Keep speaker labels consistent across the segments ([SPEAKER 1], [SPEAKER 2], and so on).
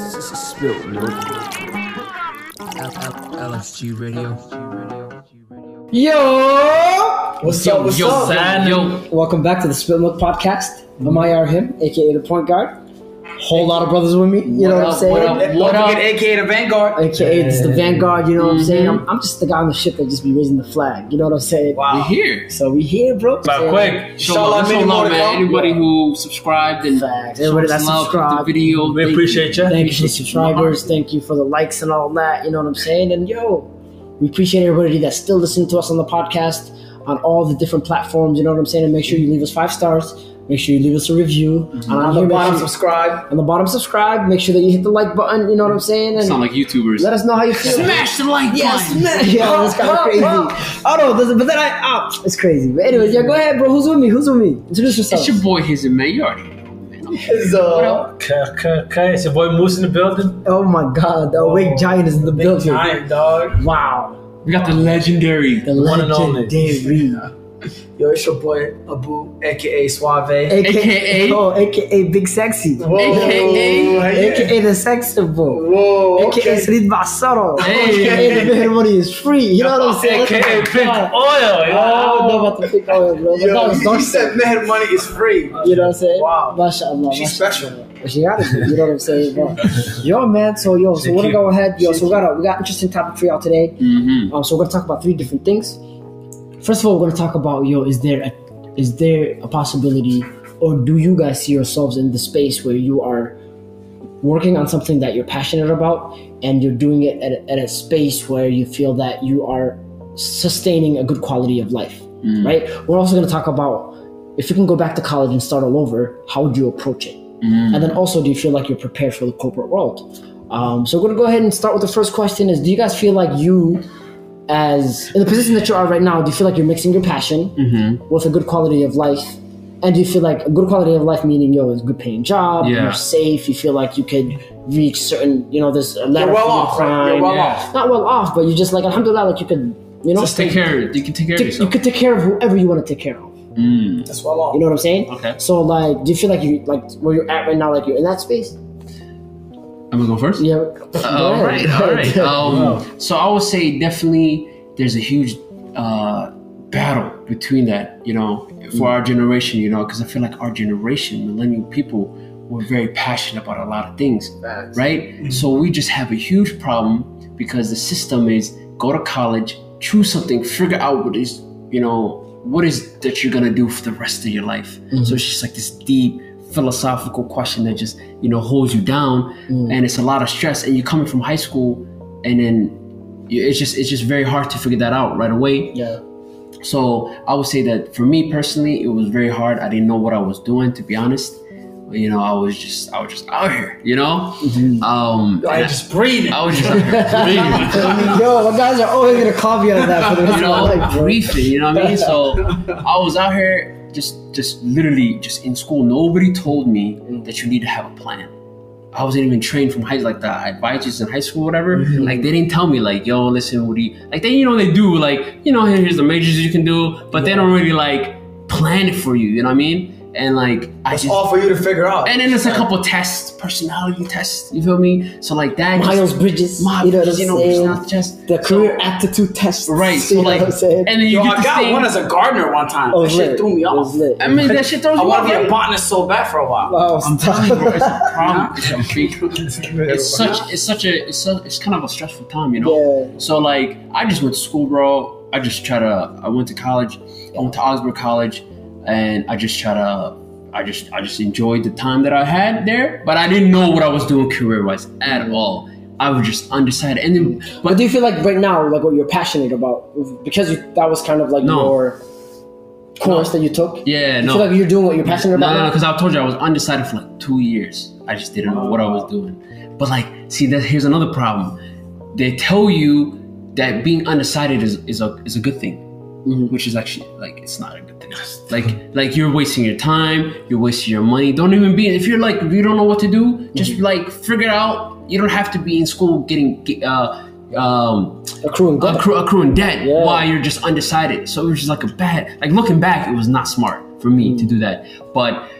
[SPEAKER 1] still no.
[SPEAKER 2] LSG Radio.
[SPEAKER 3] Yo! What's
[SPEAKER 2] Yo,
[SPEAKER 3] up? What's
[SPEAKER 2] yo,
[SPEAKER 3] up?
[SPEAKER 2] son. Yo.
[SPEAKER 3] Welcome back to the Spit Milk Podcast. I'm IR him, aka the point guard. Whole lot of brothers with me. You know what,
[SPEAKER 2] up,
[SPEAKER 3] I'm saying?
[SPEAKER 2] what up?
[SPEAKER 4] Don't forget AK the Vanguard.
[SPEAKER 3] AKA it's the vanguard. You know what I'm saying? I'm, I'm just the guy on the ship that just be raising the flag. You know what I'm saying?
[SPEAKER 4] Wow.
[SPEAKER 2] Here.
[SPEAKER 3] So we here, bro.
[SPEAKER 4] But
[SPEAKER 3] Yeah.
[SPEAKER 4] quick,
[SPEAKER 2] Show
[SPEAKER 4] show love,
[SPEAKER 2] love,
[SPEAKER 4] many
[SPEAKER 2] show
[SPEAKER 4] more
[SPEAKER 2] love,
[SPEAKER 4] to
[SPEAKER 2] man.
[SPEAKER 4] come.
[SPEAKER 2] Anybody who subscribed and
[SPEAKER 3] Facts.
[SPEAKER 2] showed
[SPEAKER 3] Everybody that
[SPEAKER 2] some love, hit the
[SPEAKER 3] subscribed.
[SPEAKER 2] video.
[SPEAKER 1] We appreciate you.
[SPEAKER 3] Thank you for the subscribers. Thank you for the likes and all that. You know what I'm saying? And yo, we appreciate everybody that still listens to us on the podcast on all the different platforms. You know what I'm saying? And make sure you leave us five stars. Make sure you leave us a review. And
[SPEAKER 4] On
[SPEAKER 3] on,
[SPEAKER 4] the
[SPEAKER 3] here, make
[SPEAKER 4] bottom,
[SPEAKER 3] sure-
[SPEAKER 4] subscribe.
[SPEAKER 3] on the bottom, subscribe. Make sure that you hit the like button. You know what I'm saying? And
[SPEAKER 2] Sound like YouTubers.
[SPEAKER 3] let us know how you feel.
[SPEAKER 2] Smash the like
[SPEAKER 3] Yeah,
[SPEAKER 2] button.
[SPEAKER 3] smash. Yeah, that's kind of crazy. I don't know, this- but then I, ah, it's crazy. But anyways, yeah, go ahead, bro. Who's with me? Who's with me? Introduce yourself.
[SPEAKER 2] It's your boy Hizzy, man. You already know, man. I'm-
[SPEAKER 4] It's, uh,
[SPEAKER 1] Okay, okay, okay. It's your boy Moose in the building.
[SPEAKER 3] Oh my God, the awake giant is in the building.
[SPEAKER 1] Giant dog.
[SPEAKER 3] Wow,
[SPEAKER 2] We got the legendary.
[SPEAKER 3] the
[SPEAKER 1] One and only.
[SPEAKER 3] legendary,
[SPEAKER 4] Yo, it's your boy Abu, aka Suave.
[SPEAKER 2] AKA?
[SPEAKER 3] oh, AKA Big Sexy,
[SPEAKER 4] Whoa,
[SPEAKER 2] AKA?
[SPEAKER 4] hey,
[SPEAKER 3] AKA the Sexable,
[SPEAKER 4] Whoa,
[SPEAKER 3] AKA
[SPEAKER 4] okay.
[SPEAKER 3] Srid Basaro,
[SPEAKER 2] Hey.
[SPEAKER 3] AKA the man money is free. You know what I'm saying?
[SPEAKER 1] AKA
[SPEAKER 3] That's
[SPEAKER 1] Big
[SPEAKER 3] my God.
[SPEAKER 1] Oil.
[SPEAKER 3] I don't
[SPEAKER 1] Yo.
[SPEAKER 3] know Oh, about the big oil, bro. But that
[SPEAKER 4] Yo,
[SPEAKER 3] was
[SPEAKER 4] you
[SPEAKER 3] dark.
[SPEAKER 4] said mad money is free.
[SPEAKER 3] You know what I'm saying?
[SPEAKER 4] Wow.
[SPEAKER 3] MashaAllah.
[SPEAKER 4] She's
[SPEAKER 3] mashallah.
[SPEAKER 4] special.
[SPEAKER 3] But she got it. You know what I'm saying, bro? yo, man. So yo, so we're gonna go ahead. Yo, so we got a, we got interesting topic for y'all today.
[SPEAKER 2] Mm-hmm.
[SPEAKER 3] Um, so we're gonna talk about three different things. First of all, we're gonna talk about yo, is there a, is there a possibility, or do you guys see yourselves in the space where you are working on something that you're passionate about and you're doing it at a, at a space where you feel that you are sustaining a good quality of life, right? We're also gonna talk about if you can go back to college and start all over, how would you approach it? And then also, do you feel like you're prepared for the corporate world? Um, so we're gonna go ahead and start with the first question: Is do you guys feel like you, as in the position that you are right now, do you feel like you're mixing your passion with a good quality of life? And do you feel like a good quality of life meaning yo, it's a good paying job,
[SPEAKER 2] Yeah.
[SPEAKER 3] you're safe, you feel like you could reach certain, you know, there's a ladder
[SPEAKER 4] You're well
[SPEAKER 3] for you to
[SPEAKER 4] off, right?
[SPEAKER 3] climb.
[SPEAKER 4] You're well
[SPEAKER 2] yeah.
[SPEAKER 4] off.
[SPEAKER 3] Not well off, but you just like alhamdulillah, like you could, you know,
[SPEAKER 2] Just take care. You can take care of
[SPEAKER 3] take- you
[SPEAKER 2] yourself.
[SPEAKER 3] could take care of whoever you want to take care of.
[SPEAKER 2] Mm.
[SPEAKER 4] That's well off.
[SPEAKER 3] You know what I'm saying?
[SPEAKER 2] Okay.
[SPEAKER 3] So like, do you feel like you like where you're at right now? Like you're in that space?
[SPEAKER 2] I'm gonna go first.
[SPEAKER 3] Yeah.
[SPEAKER 2] all right, all right. Uh, Um, so I would say definitely there's a huge uh, battle between that, you know, for our generation, you know, because I feel like our generation, millennial people, we're very passionate about a lot of things, right? So we just have a huge problem because the system is go to college, choose something, figure out what is, you know, what is that you're gonna do for the rest of your life. So it's just like this deep philosophical question that just, you know, holds you down and it's a lot of stress and you're coming from high school and then you- it's just it's just very hard to figure that out right away
[SPEAKER 3] yeah.
[SPEAKER 2] so I would say that for me personally, it was very hard. I didn't know what I was doing, to be honest. You know, I was just, I was just out here. You know, um,
[SPEAKER 4] Mm-hmm. I
[SPEAKER 2] and I-
[SPEAKER 4] just breathing.
[SPEAKER 2] I was just out here breathing.
[SPEAKER 3] Yo, my guys are always gonna call me on that for the rest
[SPEAKER 2] You
[SPEAKER 3] of my
[SPEAKER 2] know,
[SPEAKER 3] life, bro.
[SPEAKER 2] briefing. You know what I mean? So I was out here, just, just literally, just in school. Nobody told me that you need to have a plan. I wasn't even trained from high like the advisors in high school, whatever.
[SPEAKER 3] Mm-hmm.
[SPEAKER 2] Like they didn't tell me like, yo, listen, Woody. Like they, you know, they do like, you know, here- here's the majors you can do, but they don't really like plan it for you. You know what I mean? And like, I
[SPEAKER 4] It's
[SPEAKER 2] just.
[SPEAKER 4] all for you to figure out.
[SPEAKER 2] and then there's a couple tests, personality tests. You feel me? So like that, just-
[SPEAKER 3] Miles Bridges,
[SPEAKER 2] my,
[SPEAKER 3] you know what I'm
[SPEAKER 2] you know,
[SPEAKER 3] saying?
[SPEAKER 2] personality test.
[SPEAKER 3] The
[SPEAKER 2] So-
[SPEAKER 3] career aptitude test,
[SPEAKER 2] right? So
[SPEAKER 3] you
[SPEAKER 2] like,
[SPEAKER 3] know what I'm saying?
[SPEAKER 2] and then you
[SPEAKER 4] Yo,
[SPEAKER 2] get
[SPEAKER 4] I
[SPEAKER 2] this
[SPEAKER 4] got
[SPEAKER 2] thing.
[SPEAKER 4] one as a gardener one time.
[SPEAKER 3] Oh,
[SPEAKER 4] that shit
[SPEAKER 3] lit.
[SPEAKER 4] threw me
[SPEAKER 3] It
[SPEAKER 4] off.
[SPEAKER 3] was lit.
[SPEAKER 2] I mean, that shit throws
[SPEAKER 4] I
[SPEAKER 2] you
[SPEAKER 4] wanted to be a
[SPEAKER 2] off.
[SPEAKER 4] botanist so bad for a while.
[SPEAKER 3] Wow, stop.
[SPEAKER 2] It's such, it's such a, it's, a, it's kind of a stressful time, you know.
[SPEAKER 3] yeah.
[SPEAKER 2] So like, I just went to school, bro. I just try to. I went to college. I went to Augsburg College, and I just try to. I just, I just enjoyed the time that I had there, but I didn't know what I was doing career wise at all. I was just undecided, and then,
[SPEAKER 3] But
[SPEAKER 2] but
[SPEAKER 3] do you feel like right now, like what you're passionate about, because you, that was kind of like
[SPEAKER 2] No.
[SPEAKER 3] your course that you took?
[SPEAKER 2] yeah,
[SPEAKER 3] You
[SPEAKER 2] no,
[SPEAKER 3] feel like you're doing what you're passionate
[SPEAKER 2] no,
[SPEAKER 3] about?
[SPEAKER 2] no,
[SPEAKER 3] now?
[SPEAKER 2] because I told you I was undecided for like two years. I just didn't know what I was doing. But like, see, that here's another problem. They tell you that being undecided is, is a is a good thing, which is actually like it's not a good thing. Like like you're wasting your time, you're wasting your money. Don't even be if you're like if you don't know what to do, just like figure it out. You don't have to be in school getting get, uh um
[SPEAKER 3] Accruing debt.
[SPEAKER 2] accru- accruing debt
[SPEAKER 3] Yeah.
[SPEAKER 2] while you're just undecided. So it was just like a bad, like looking back, it was not smart for me to do that. But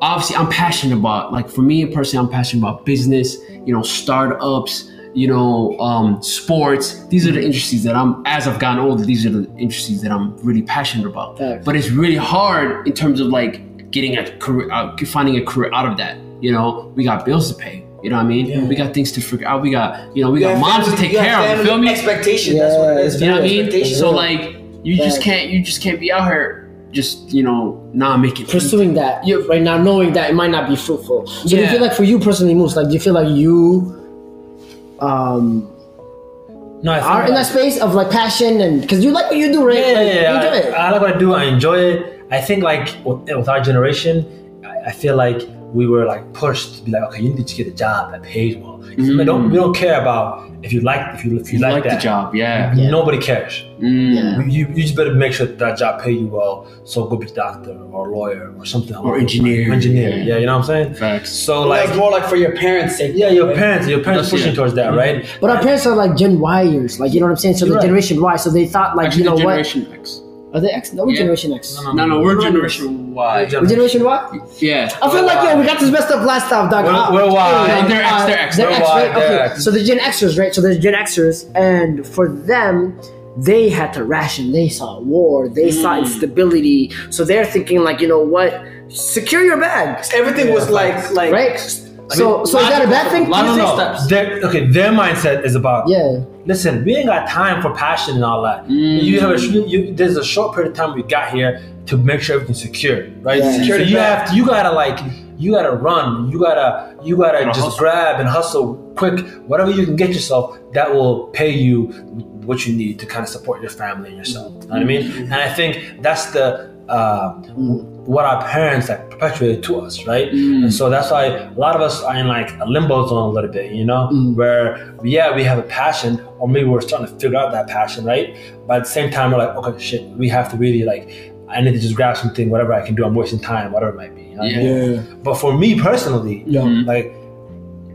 [SPEAKER 2] obviously I'm passionate about. Like for me personally, I'm passionate about business, you know, startups, you know, um, sports. These are the industries that I'm, as I've gotten older, these are the industries that I'm really passionate about.
[SPEAKER 3] Facts.
[SPEAKER 2] But it's really hard in terms of like getting a career, uh, finding a career out of that. You know, we got bills to pay. You know what I mean? We got things to figure out. We got, you know, we
[SPEAKER 4] You
[SPEAKER 2] got
[SPEAKER 4] have
[SPEAKER 2] moms to
[SPEAKER 4] family-
[SPEAKER 2] take
[SPEAKER 4] you have
[SPEAKER 2] care of. You
[SPEAKER 4] family
[SPEAKER 2] feel me?
[SPEAKER 4] Expectation. That's what it is.
[SPEAKER 2] You know what I mean?
[SPEAKER 4] Expectation.
[SPEAKER 2] So like, you just
[SPEAKER 3] Yeah.
[SPEAKER 2] can't, you just can't be out here just, you know, not making.
[SPEAKER 3] pursuing that
[SPEAKER 2] Yeah.
[SPEAKER 3] right now, knowing that it might not be fruitful. So do you
[SPEAKER 2] Yeah.
[SPEAKER 3] feel like for you personally, Moose, like do you feel like you um,
[SPEAKER 1] No, I think
[SPEAKER 3] are in that space of like passion and because you like what you do, right?
[SPEAKER 1] Yeah,
[SPEAKER 3] Like,
[SPEAKER 1] yeah, yeah.
[SPEAKER 3] you do it.
[SPEAKER 1] I, I like what I do. I enjoy it. I think like with, with our generation, I, I feel like we were like pushed to be like, okay, you need to get a job that pays well. We don't we don't care about if you like if you if you,
[SPEAKER 2] You
[SPEAKER 1] like,
[SPEAKER 2] like,
[SPEAKER 1] that
[SPEAKER 2] the job, yeah.
[SPEAKER 3] Yeah.
[SPEAKER 1] Nobody cares.
[SPEAKER 2] Mm.
[SPEAKER 3] Yeah.
[SPEAKER 1] You, you just better make sure that, that job pay you well. So go be doctor or lawyer or something.
[SPEAKER 2] Or engineer.
[SPEAKER 1] Engineer.
[SPEAKER 2] Yeah.
[SPEAKER 1] Yeah, you know what I'm saying.
[SPEAKER 2] Facts.
[SPEAKER 1] So
[SPEAKER 4] like,
[SPEAKER 1] like,
[SPEAKER 4] more like for your parents' sake.
[SPEAKER 1] yeah, your parents, your
[SPEAKER 2] That's-
[SPEAKER 1] parents pushing
[SPEAKER 2] yeah. Mm-hmm.
[SPEAKER 1] towards that, right?
[SPEAKER 3] But our parents are like Gen Yers, like you know what I'm saying. So
[SPEAKER 1] You're
[SPEAKER 3] the
[SPEAKER 1] right.
[SPEAKER 3] generation Y, so they thought like
[SPEAKER 2] Actually,
[SPEAKER 3] you know
[SPEAKER 2] the
[SPEAKER 3] what?
[SPEAKER 2] Generation X.
[SPEAKER 3] Are they X? No, we're
[SPEAKER 2] Yeah.
[SPEAKER 3] Generation X.
[SPEAKER 2] No, no, we're Generation Y.
[SPEAKER 3] We're Generation Y.
[SPEAKER 2] Yeah.
[SPEAKER 3] I feel like yo, we got this messed up last time, dog.
[SPEAKER 1] We're-
[SPEAKER 3] Ah,
[SPEAKER 1] we're Y.
[SPEAKER 3] yeah,
[SPEAKER 2] They're X, they're X,
[SPEAKER 3] They're
[SPEAKER 1] they're
[SPEAKER 3] X,
[SPEAKER 1] Y,
[SPEAKER 3] right?
[SPEAKER 1] they're
[SPEAKER 3] Okay.
[SPEAKER 1] X.
[SPEAKER 3] So the Gen Xers, right? So the Gen Xers, and for them, they had to ration. They saw war. They saw instability. So they're thinking like, you know what? Secure your bag,
[SPEAKER 4] Everything was like like
[SPEAKER 3] right? So, so is that a bad thing?
[SPEAKER 1] No,
[SPEAKER 4] Logical
[SPEAKER 1] no, no.
[SPEAKER 4] steps.
[SPEAKER 1] Their, okay, their mindset is about
[SPEAKER 3] Yeah.
[SPEAKER 1] listen, we ain't got time for passion and all that.
[SPEAKER 2] Mm.
[SPEAKER 1] You have a sh- you, there's a short period of time we got here to make sure everything's secure, right?
[SPEAKER 3] Yeah.
[SPEAKER 1] So
[SPEAKER 4] Security
[SPEAKER 1] you
[SPEAKER 4] back.
[SPEAKER 1] have to, you gotta like you gotta run, you gotta you gotta
[SPEAKER 2] Gotta
[SPEAKER 1] just
[SPEAKER 2] hustle.
[SPEAKER 1] grab and hustle quick. Whatever you can get yourself, that will pay you what you need to kind of support your family and yourself. You know what I mean? And I think that's the. Uh, what our parents like perpetuated to us, right? And so that's why a lot of us are in like a limbo zone a little bit, you know, where yeah, we have a passion, or maybe we're starting to figure out that passion, right? But at the same time, we're like, okay, shit, we have to really like, I need to just grab something, whatever I can do. I'm wasting time, whatever it might be. You know what I
[SPEAKER 2] Yeah. Mm-hmm.
[SPEAKER 1] mean? But for me personally,
[SPEAKER 3] Yeah.
[SPEAKER 1] like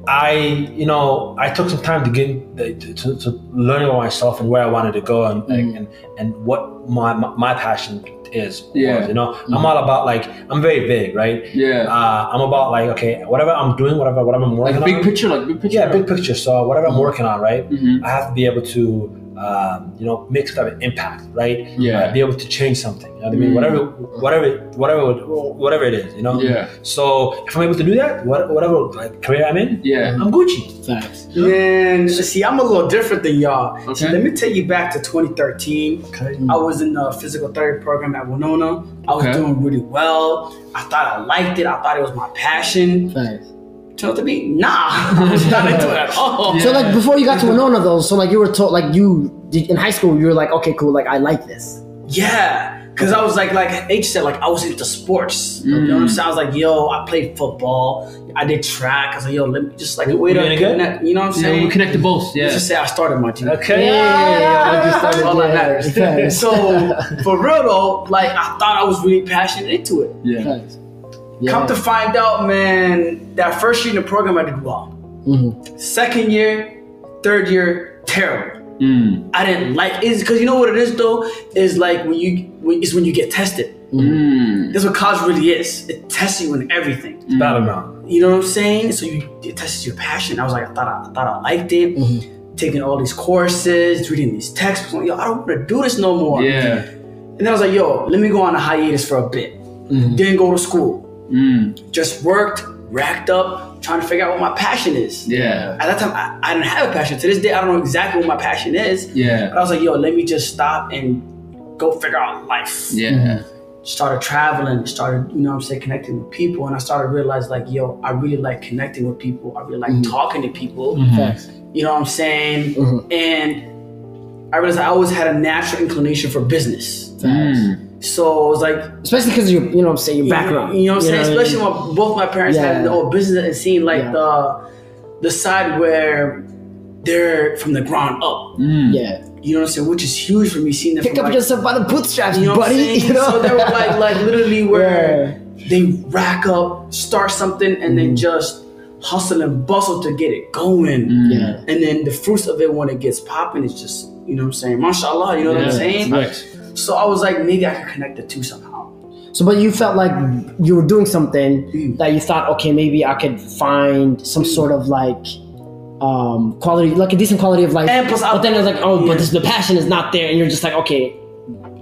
[SPEAKER 1] I, you know, I took some time to get to, to, to learn about myself and where I wanted to go and like, and, and what my my passion is. was,
[SPEAKER 2] Yeah. Mm-hmm.
[SPEAKER 1] you know, I'm all about like I'm very big, right?
[SPEAKER 2] Yeah.
[SPEAKER 1] Uh, I'm about like okay, whatever I'm doing, whatever whatever I'm working
[SPEAKER 2] like big
[SPEAKER 1] on.
[SPEAKER 2] picture, like big picture.
[SPEAKER 1] Yeah, big picture. So whatever I'm working on, right?
[SPEAKER 2] Mhm.
[SPEAKER 1] I have to be able to. Um, you know, make some type of impact, right?
[SPEAKER 2] Yeah.
[SPEAKER 1] Uh, be able to change something. You know what I mean? Whatever, whatever, whatever, whatever it is. You know.
[SPEAKER 2] Yeah.
[SPEAKER 1] So if I'm able to do that, what, whatever like, career I'm in,
[SPEAKER 2] Yeah.
[SPEAKER 1] I'm Gucci.
[SPEAKER 3] Facts.
[SPEAKER 4] Man, see, I'm a little different than y'all. See,
[SPEAKER 2] Okay.
[SPEAKER 4] let me take you back to 2013.
[SPEAKER 1] Okay.
[SPEAKER 4] I was in the physical therapy program at Winona. I was
[SPEAKER 2] Okay.
[SPEAKER 4] doing really well. I thought I liked it. I thought it was my passion.
[SPEAKER 3] Facts.
[SPEAKER 4] Turned out to be nah. I was not into it at all.
[SPEAKER 2] Yeah.
[SPEAKER 3] So like before you got to Winona though, so like you were told like you did in high school you were like okay cool like I like this.
[SPEAKER 4] Yeah, because I was like, like H said, like I was into sports. You know what I'm
[SPEAKER 2] Mm.
[SPEAKER 4] saying? I was like, yo, I played football. I did track. I was like, yo, let me just like wait
[SPEAKER 1] you
[SPEAKER 4] up.
[SPEAKER 1] any good?
[SPEAKER 4] connect- You know what I'm
[SPEAKER 2] Yeah,
[SPEAKER 4] saying?
[SPEAKER 2] we connect the both. Yeah.
[SPEAKER 4] Let's just say I started my team.
[SPEAKER 1] Okay.
[SPEAKER 4] That's all that matters.
[SPEAKER 3] Facts.
[SPEAKER 4] so for real though, like I thought I was really passionate into it.
[SPEAKER 2] yeah.
[SPEAKER 3] Facts. Yeah.
[SPEAKER 4] Come to find out, man, that first year in the program I did well. Second year, third year, terrible.
[SPEAKER 2] Mm.
[SPEAKER 4] I didn't like is because you know what it is though is like when you when, it's when you get tested.
[SPEAKER 2] Mm.
[SPEAKER 4] That's what college really is. It tests you in everything.
[SPEAKER 1] Battleground.
[SPEAKER 4] You know what I'm saying? So you it tests your passion. I was like, I thought I, I thought I liked it. Taking all these courses, reading these textbooks. I'm like, yo, I don't want to do this no more.
[SPEAKER 2] Yeah.
[SPEAKER 4] And then I was like, yo, let me go on a hiatus for a bit.
[SPEAKER 2] Mm-hmm.
[SPEAKER 4] Didn't go to school.
[SPEAKER 2] Mm.
[SPEAKER 4] Just worked, racked up, trying to figure out what my passion is.
[SPEAKER 2] Yeah.
[SPEAKER 4] At that time, I, I didn't have a passion. To this day, I don't know exactly what my passion is. But
[SPEAKER 2] Yeah.
[SPEAKER 4] I was like, yo, let me just stop and go figure out life.
[SPEAKER 2] Yeah.
[SPEAKER 4] Started traveling, started, you know what I'm saying, connecting with people. And I started realizing, like, yo, I really like connecting with people. I really like
[SPEAKER 2] Mm-hmm.
[SPEAKER 4] talking to people.
[SPEAKER 3] Facts.
[SPEAKER 4] You know what I'm saying?
[SPEAKER 2] Mm-hmm.
[SPEAKER 3] Mhm.
[SPEAKER 4] And I realized I always had a natural inclination for business.
[SPEAKER 3] Mm-hmm.
[SPEAKER 2] Mm.
[SPEAKER 4] So it was like,
[SPEAKER 3] Especially because you you know what I'm saying your background.
[SPEAKER 4] You know what I'm saying?
[SPEAKER 3] what I
[SPEAKER 4] Especially
[SPEAKER 3] mean?
[SPEAKER 4] when both my parents
[SPEAKER 3] Yeah.
[SPEAKER 4] had their own business and seeing like
[SPEAKER 3] Yeah.
[SPEAKER 4] the the side where they're from the ground up.
[SPEAKER 2] Mm.
[SPEAKER 3] yeah.
[SPEAKER 4] You know what I'm saying? Which is huge for me seeing them.
[SPEAKER 3] Pick
[SPEAKER 4] from,
[SPEAKER 3] up
[SPEAKER 4] like,
[SPEAKER 3] yourself by the bootstraps,
[SPEAKER 4] you know what I'm
[SPEAKER 3] buddy.
[SPEAKER 4] saying?
[SPEAKER 3] You know?
[SPEAKER 4] So they were like like literally
[SPEAKER 3] Yeah. Mm-hmm.
[SPEAKER 4] where they rack up, start something, and then just hustle and bustle to get it going.
[SPEAKER 3] yeah.
[SPEAKER 4] And then the fruits of it when it gets popping is just, you know what I'm saying? Mashallah, you know what I'm
[SPEAKER 2] Yeah.
[SPEAKER 4] saying?
[SPEAKER 2] Facts.
[SPEAKER 4] So I was like, maybe I can connect the two somehow.
[SPEAKER 3] So, but you felt like you were doing something
[SPEAKER 4] Mm.
[SPEAKER 3] that you thought, okay, maybe I could find some sort of like um, quality, like a decent quality of life.
[SPEAKER 4] And plus, I-
[SPEAKER 3] but then it's like, oh,
[SPEAKER 4] yeah.
[SPEAKER 3] but this, the passion is not there, and you're just like, okay,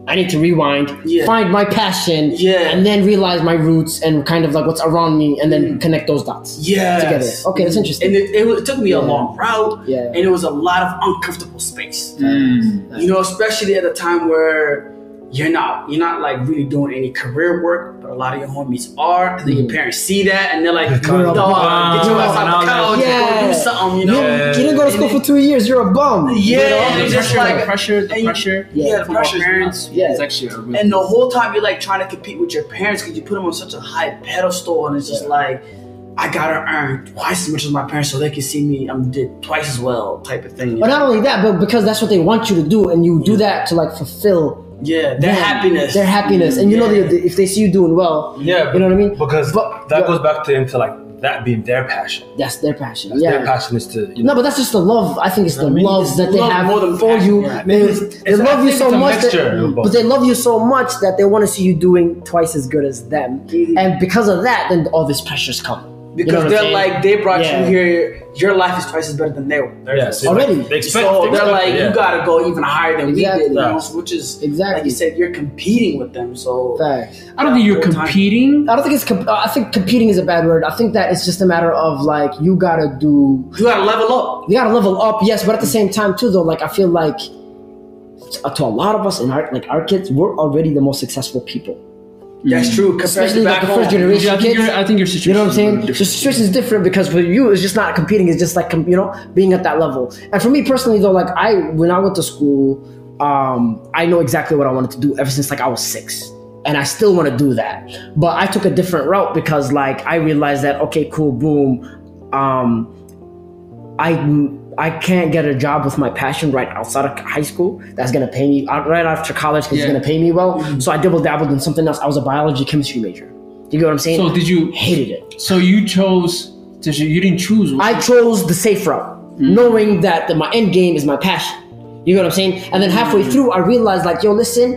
[SPEAKER 3] I need to rewind,
[SPEAKER 4] Yeah.
[SPEAKER 3] find my passion,
[SPEAKER 4] Yeah.
[SPEAKER 3] and then realize my roots and kind of like what's around me, and
[SPEAKER 4] Mm.
[SPEAKER 3] then connect those dots.
[SPEAKER 4] Yes.
[SPEAKER 3] together. Okay, that's interesting.
[SPEAKER 4] And it, it, was- it took me a
[SPEAKER 3] Yeah.
[SPEAKER 4] long route,
[SPEAKER 3] Yeah.
[SPEAKER 4] and it was a lot of uncomfortable space.
[SPEAKER 2] Mm.
[SPEAKER 4] You know, especially at a time where you're not you're not like really doing any career work, but a lot of your homies are, and then your parents see that, and they're like,
[SPEAKER 1] You're a
[SPEAKER 4] "Dog, get your ass
[SPEAKER 1] bum."
[SPEAKER 4] out the couch,
[SPEAKER 3] Yeah.
[SPEAKER 4] go do something," you
[SPEAKER 3] You,
[SPEAKER 4] know.
[SPEAKER 1] Yeah.
[SPEAKER 3] you didn't go to school for two years. You're a bum.
[SPEAKER 4] Yeah,
[SPEAKER 2] You know,
[SPEAKER 4] and
[SPEAKER 2] the
[SPEAKER 4] it's just
[SPEAKER 2] pressure,
[SPEAKER 4] like
[SPEAKER 2] the pressure, the
[SPEAKER 4] and you-
[SPEAKER 2] pressure.
[SPEAKER 4] yeah, the
[SPEAKER 2] from our
[SPEAKER 4] pressure's
[SPEAKER 2] parents.
[SPEAKER 3] yeah.
[SPEAKER 2] it's actually a real
[SPEAKER 4] And the whole time you're like trying to compete with your parents because you put them on such a high pedestal, and it's just like, I gotta earn twice as much as my parents so they can see me I'm did twice as well type of thing. you
[SPEAKER 3] But
[SPEAKER 4] know?
[SPEAKER 3] not only that, but because that's what they want you to do, and you do that to like fulfill
[SPEAKER 4] yeah, their
[SPEAKER 3] them,
[SPEAKER 4] happiness.
[SPEAKER 3] their happiness, and you know
[SPEAKER 4] Yeah.
[SPEAKER 3] that if they see you doing well,
[SPEAKER 1] Yeah,
[SPEAKER 3] you know what I mean.
[SPEAKER 1] Because
[SPEAKER 3] But-
[SPEAKER 1] that
[SPEAKER 3] yeah.
[SPEAKER 1] goes back to into like that being their passion.
[SPEAKER 3] That's their passion.
[SPEAKER 1] That's
[SPEAKER 3] yeah.
[SPEAKER 1] Their passion is to you know,
[SPEAKER 3] No, but that's just the love. I think it's the
[SPEAKER 1] I mean,
[SPEAKER 3] love
[SPEAKER 4] it's
[SPEAKER 3] that they
[SPEAKER 4] love
[SPEAKER 3] have
[SPEAKER 4] more than
[SPEAKER 3] for
[SPEAKER 4] passion,
[SPEAKER 3] you.
[SPEAKER 4] right?
[SPEAKER 3] They, they
[SPEAKER 1] it's- I
[SPEAKER 3] love you
[SPEAKER 1] think
[SPEAKER 3] so
[SPEAKER 1] it's a
[SPEAKER 3] much,
[SPEAKER 1] mixture
[SPEAKER 3] that,
[SPEAKER 1] of both.
[SPEAKER 3] but they love you so much that they want to see you doing twice as good as them. And because of that, then all these pressures come. You know
[SPEAKER 4] because
[SPEAKER 3] what I'm
[SPEAKER 4] they're
[SPEAKER 3] saying?
[SPEAKER 4] like they brought
[SPEAKER 3] Yeah.
[SPEAKER 4] you here. Your life is twice as better than they were.
[SPEAKER 1] yeah, so
[SPEAKER 3] Already.
[SPEAKER 1] Like, they expect,
[SPEAKER 4] so
[SPEAKER 1] they
[SPEAKER 4] they're
[SPEAKER 1] expect-
[SPEAKER 4] like,
[SPEAKER 1] yeah.
[SPEAKER 4] you gotta go even higher than
[SPEAKER 3] Exactly.
[SPEAKER 4] we did, you know,
[SPEAKER 1] Facts.
[SPEAKER 4] which is like
[SPEAKER 3] Exactly.
[SPEAKER 4] you said, you're competing with them. So
[SPEAKER 3] Facts.
[SPEAKER 2] I don't think you're
[SPEAKER 4] Whole time.
[SPEAKER 2] competing.
[SPEAKER 3] I don't think it's. Comp- I think competing is a bad word. I think that it's just a matter of like you gotta do
[SPEAKER 4] you gotta level up.
[SPEAKER 3] you gotta level up, yes, but at the same time too, though, like I feel like to to a lot of us in our like our kids, we're already the most successful people,
[SPEAKER 4] That's true. Compared
[SPEAKER 3] Mm. especially
[SPEAKER 4] to
[SPEAKER 3] like
[SPEAKER 4] back
[SPEAKER 3] the
[SPEAKER 4] home.
[SPEAKER 3] first generation
[SPEAKER 2] Yeah, I think
[SPEAKER 3] kids.
[SPEAKER 2] your I think your situation.
[SPEAKER 3] You know what I'm saying?
[SPEAKER 2] is
[SPEAKER 3] The
[SPEAKER 2] different.
[SPEAKER 3] situation is different because for you, it's just not competing. It's just like com- you know, being at that level. And for me personally, though, like I when I went to school, um, I know exactly what I wanted to do ever since like I was six, and I still want to do that. But I took a different route because like I realized that okay, cool, boom, um, I I can't get a job with my passion right outside of high school. That's gonna pay me out right after college because
[SPEAKER 2] Yeah. Mm-hmm.
[SPEAKER 3] it's gonna pay me well. So I double dabbled in something else. I was a biology chemistry major. You get what I'm saying?
[SPEAKER 2] So did you?
[SPEAKER 3] hated it.
[SPEAKER 2] So you chose? did You you didn't choose.
[SPEAKER 3] I chose the safe route,
[SPEAKER 4] Hmm.
[SPEAKER 3] knowing that the- my end game is my passion. You know what I'm saying? And then halfway
[SPEAKER 4] Hmm.
[SPEAKER 3] through, I realized like, yo, listen,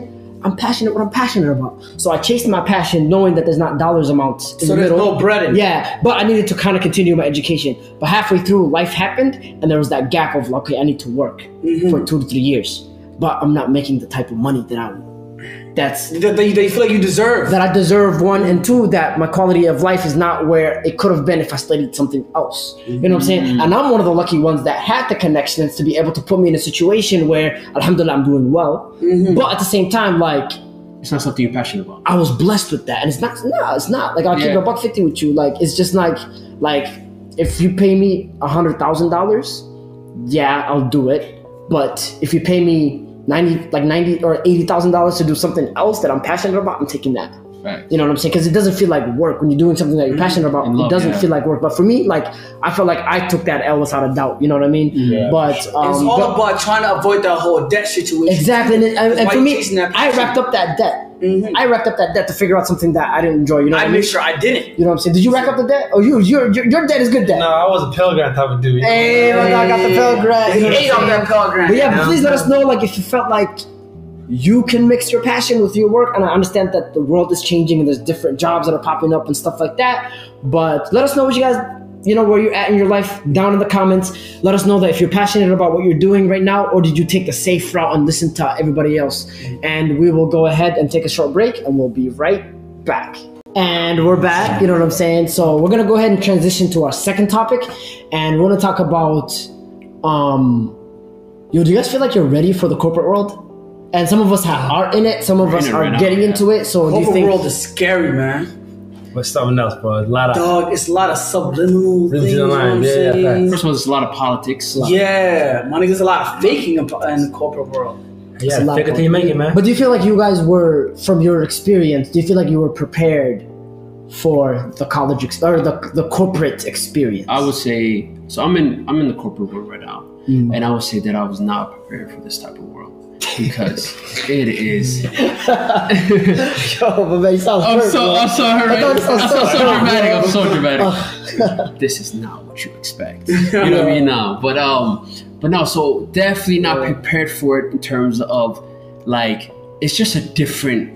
[SPEAKER 3] I'm passionate what I'm passionate about. So I chased my passion, knowing that there's not dollars amounts. In
[SPEAKER 4] So
[SPEAKER 3] the
[SPEAKER 4] there's
[SPEAKER 3] middle.
[SPEAKER 4] no bread in it.
[SPEAKER 3] Yeah, but I needed to kind of continue my education. But halfway through, life happened, and there was that gap of okay, I need to work
[SPEAKER 4] Mm-hmm.
[SPEAKER 3] for two to three years, but I'm not making the type of money that I. That's
[SPEAKER 4] that they, they feel like you deserve.
[SPEAKER 3] that I deserve one and two that my quality of life is not where it could have been if I studied something else. You know what I'm saying? And I'm one of the lucky ones that had the connections to be able to put me in a situation where alhamdulillah I'm doing well. But at the same time like
[SPEAKER 2] It's not something you're passionate about.
[SPEAKER 3] I was blessed with that and it's not no, it's not. Like I'll keep
[SPEAKER 2] Yeah.
[SPEAKER 3] a buck 50 with you like it's just like like if you pay me a $100,000, yeah, I'll do it. But if you pay me 90 like 90 or $80,000 to do something else that I'm passionate about, I'm taking that.
[SPEAKER 2] Right.
[SPEAKER 3] You know what I'm saying? Because it doesn't feel like work when you're doing something that you're passionate about.
[SPEAKER 2] And Mm-hmm. love,
[SPEAKER 3] it doesn't
[SPEAKER 2] yeah.
[SPEAKER 3] feel like work. But for me, like I felt like I took that L without a doubt. You know what I mean?
[SPEAKER 2] Mm-hmm.
[SPEAKER 3] but um,
[SPEAKER 4] it's all
[SPEAKER 3] but-
[SPEAKER 4] about trying to avoid that whole debt situation.
[SPEAKER 3] exactly. And, it- and- and
[SPEAKER 4] Why
[SPEAKER 3] for
[SPEAKER 4] you
[SPEAKER 3] me,
[SPEAKER 4] chasing that passion?
[SPEAKER 3] I
[SPEAKER 4] Mm-hmm.
[SPEAKER 3] wrapped up that debt. I wrapped up that debt to figure out something that I didn't enjoy. You know what I,
[SPEAKER 4] I
[SPEAKER 3] mean?
[SPEAKER 4] made sure I didn't.
[SPEAKER 3] You know what I'm saying? Did you rack up the debt? Oh, you, your, your, your debt is good debt.
[SPEAKER 1] No, I was a pilgrim type of dude.
[SPEAKER 3] Hey, my God, I got the Pell Grant.
[SPEAKER 4] He
[SPEAKER 3] You know what I'm
[SPEAKER 4] ate on
[SPEAKER 3] saying?
[SPEAKER 4] that Pell Grant.
[SPEAKER 3] But yeah,
[SPEAKER 4] you know?
[SPEAKER 3] please let us know like if you felt like you can mix your passion with your work. And I understand that the world is changing and there's different jobs that are popping up and stuff like that. But let us know what you guys you know where you're at in your life down in the comments. Let us know that if you're passionate about what you're doing right now, or did you take the safe route and listen to everybody else? And we will go ahead and take a short break and we'll be right back. And we're back, you know what I'm saying? So we're gonna go ahead and transition to our second topic and we're gonna talk about um Yo, do you guys feel like you're ready for the corporate world? And some of us have, are in it, some of us
[SPEAKER 2] in it
[SPEAKER 3] are
[SPEAKER 2] right now,
[SPEAKER 3] getting
[SPEAKER 2] yeah.
[SPEAKER 3] into it. So do you
[SPEAKER 4] Corporate
[SPEAKER 3] think?
[SPEAKER 4] world is scary, man.
[SPEAKER 1] But something else, bro. A lot of
[SPEAKER 4] Dog, it's a lot of subliminal
[SPEAKER 1] Really
[SPEAKER 4] things. You know what
[SPEAKER 1] lying.
[SPEAKER 4] I'm
[SPEAKER 1] Yeah, yeah,
[SPEAKER 4] saying?
[SPEAKER 2] First of all, there's a lot of politics.
[SPEAKER 4] Yeah, money. There's a lot of faking in in the corporate world.
[SPEAKER 1] yeah.
[SPEAKER 3] a lot
[SPEAKER 1] Fake it
[SPEAKER 3] of-
[SPEAKER 1] till you make it, man.
[SPEAKER 3] But do you feel like you guys were, from your experience, do you feel like you were prepared for the college ex- or the, the corporate experience?
[SPEAKER 2] I would say so. I'm in I'm in the corporate world right now,
[SPEAKER 3] Mm.
[SPEAKER 2] and I would say that I was not prepared for this type of world because it is.
[SPEAKER 3] Yo, but man, you sound
[SPEAKER 2] I'm
[SPEAKER 3] hurt,
[SPEAKER 2] so
[SPEAKER 3] bro.
[SPEAKER 2] I'm so
[SPEAKER 3] thought
[SPEAKER 2] dramatic.
[SPEAKER 3] it was
[SPEAKER 2] I'm so,
[SPEAKER 3] so-
[SPEAKER 2] so dramatic. I'm so
[SPEAKER 3] Oh.
[SPEAKER 2] dramatic. this is not what you expect. You know what I mean now, but um, but no. So definitely not prepared for it in terms of like it's just a different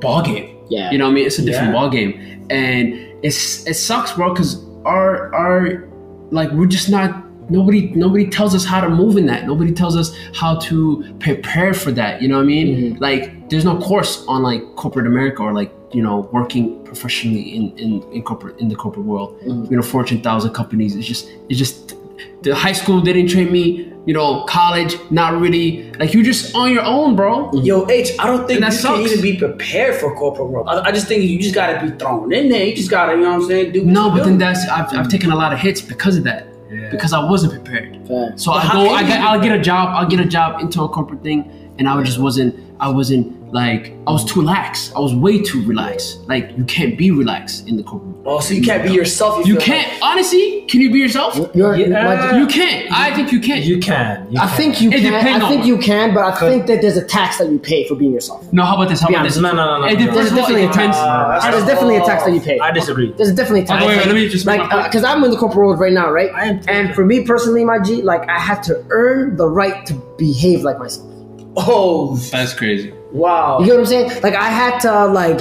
[SPEAKER 2] ballgame.
[SPEAKER 3] Yeah.
[SPEAKER 2] You know what I mean? It's a different
[SPEAKER 1] Yeah.
[SPEAKER 2] ball game, and it's it sucks, bro. Because our our like we're just not nobody nobody tells us how to move in that. Nobody tells us how to prepare for that. You know what I mean? Like there's no course on like corporate America or like you know working professionally in in, in corporate in the corporate world. You know, Fortune thousand companies. It's just it's just the high school didn't train me. You know, college not really. Like you're just on your own, bro.
[SPEAKER 4] Yo, H, I don't think
[SPEAKER 2] And
[SPEAKER 4] you
[SPEAKER 2] that
[SPEAKER 4] can
[SPEAKER 2] sucks.
[SPEAKER 4] even be prepared for corporate world. I, I just think you just gotta be thrown in there. You just gotta, you know what I'm saying? Do what
[SPEAKER 2] No,
[SPEAKER 4] you
[SPEAKER 2] but
[SPEAKER 4] do.
[SPEAKER 2] then that's I've, I've taken a lot of hits because of that.
[SPEAKER 1] Yeah.
[SPEAKER 2] Because I wasn't prepared.
[SPEAKER 3] Facts.
[SPEAKER 2] So
[SPEAKER 4] But
[SPEAKER 2] I
[SPEAKER 4] how
[SPEAKER 2] go,
[SPEAKER 4] can
[SPEAKER 2] I
[SPEAKER 4] you
[SPEAKER 2] get,
[SPEAKER 4] be
[SPEAKER 2] I'll get a job, I'll get a job into a corporate thing, and I just wasn't, I wasn't like, I was too lax. I was way too relaxed. Like you can't be relaxed in the corporate.
[SPEAKER 4] Oh, so you can't be yourself.
[SPEAKER 2] You
[SPEAKER 4] feel
[SPEAKER 2] can't. Honestly, can you be yourself?
[SPEAKER 3] You're,
[SPEAKER 1] Yeah.
[SPEAKER 2] You can't. I think you can't.
[SPEAKER 1] You can. you
[SPEAKER 3] I
[SPEAKER 1] can.
[SPEAKER 3] think you
[SPEAKER 2] It
[SPEAKER 3] can.
[SPEAKER 2] depend
[SPEAKER 3] I
[SPEAKER 2] on
[SPEAKER 3] think
[SPEAKER 2] what-
[SPEAKER 3] you can, but I
[SPEAKER 1] Could-
[SPEAKER 3] think that there's a tax that you pay for being yourself.
[SPEAKER 2] no, how about this? How
[SPEAKER 1] Yeah,
[SPEAKER 2] about this?
[SPEAKER 1] no, no, no,
[SPEAKER 2] It
[SPEAKER 1] no, no, no.
[SPEAKER 2] depends.
[SPEAKER 3] There's definitely
[SPEAKER 2] it
[SPEAKER 3] a
[SPEAKER 2] depends.
[SPEAKER 1] Uh, that's-
[SPEAKER 3] There's definitely a tax that you pay.
[SPEAKER 1] I disagree.
[SPEAKER 3] There's definitely a tax.
[SPEAKER 2] Okay, wait,
[SPEAKER 3] like,
[SPEAKER 2] wait, let me just-
[SPEAKER 3] because I'm in the corporate world right now, right?
[SPEAKER 1] I am too.
[SPEAKER 3] And for me personally, my G, like I had to earn the right to behave like myself.
[SPEAKER 4] like- Oh,
[SPEAKER 2] That's crazy.
[SPEAKER 3] You
[SPEAKER 4] wow.
[SPEAKER 3] get what I'm saying? Like I had to like,